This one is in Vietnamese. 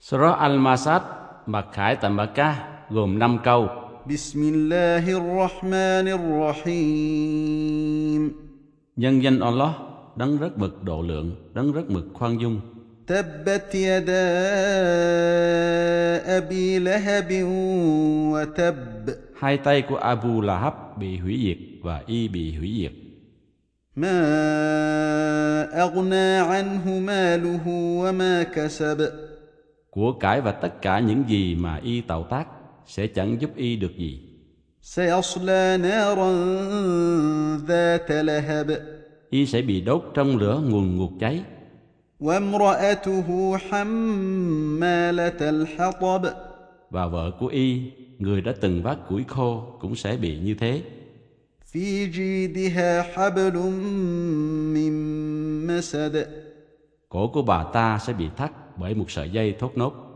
Surah Al-Masad mặc khải tại Makkah gồm 5 câu. بسم الله الرحمن الرحيم Nhân danh Allah, đấng rất mực độ lượng, đấng rất mực khoan dung. تبت يدا أبي لهب وتب Hai tay của Abu Lahab bị hủy diệt và y bị hủy diệt. ما أغنى عنه ماله وما كسب Của cải và tất cả những gì mà y tạo tác sẽ chẳng giúp y được gì. سيصلى نارا ذات لهب Y sẽ bị đốt trong lửa nguồn ngục cháy. وامرأته حمالة الحطب Và vợ của y, người đã từng vác củi khô cũng sẽ bị như thế. في جيدها حبل من مسد Cổ của bà ta sẽ bị thắt bởi một sợi dây thốt nốt.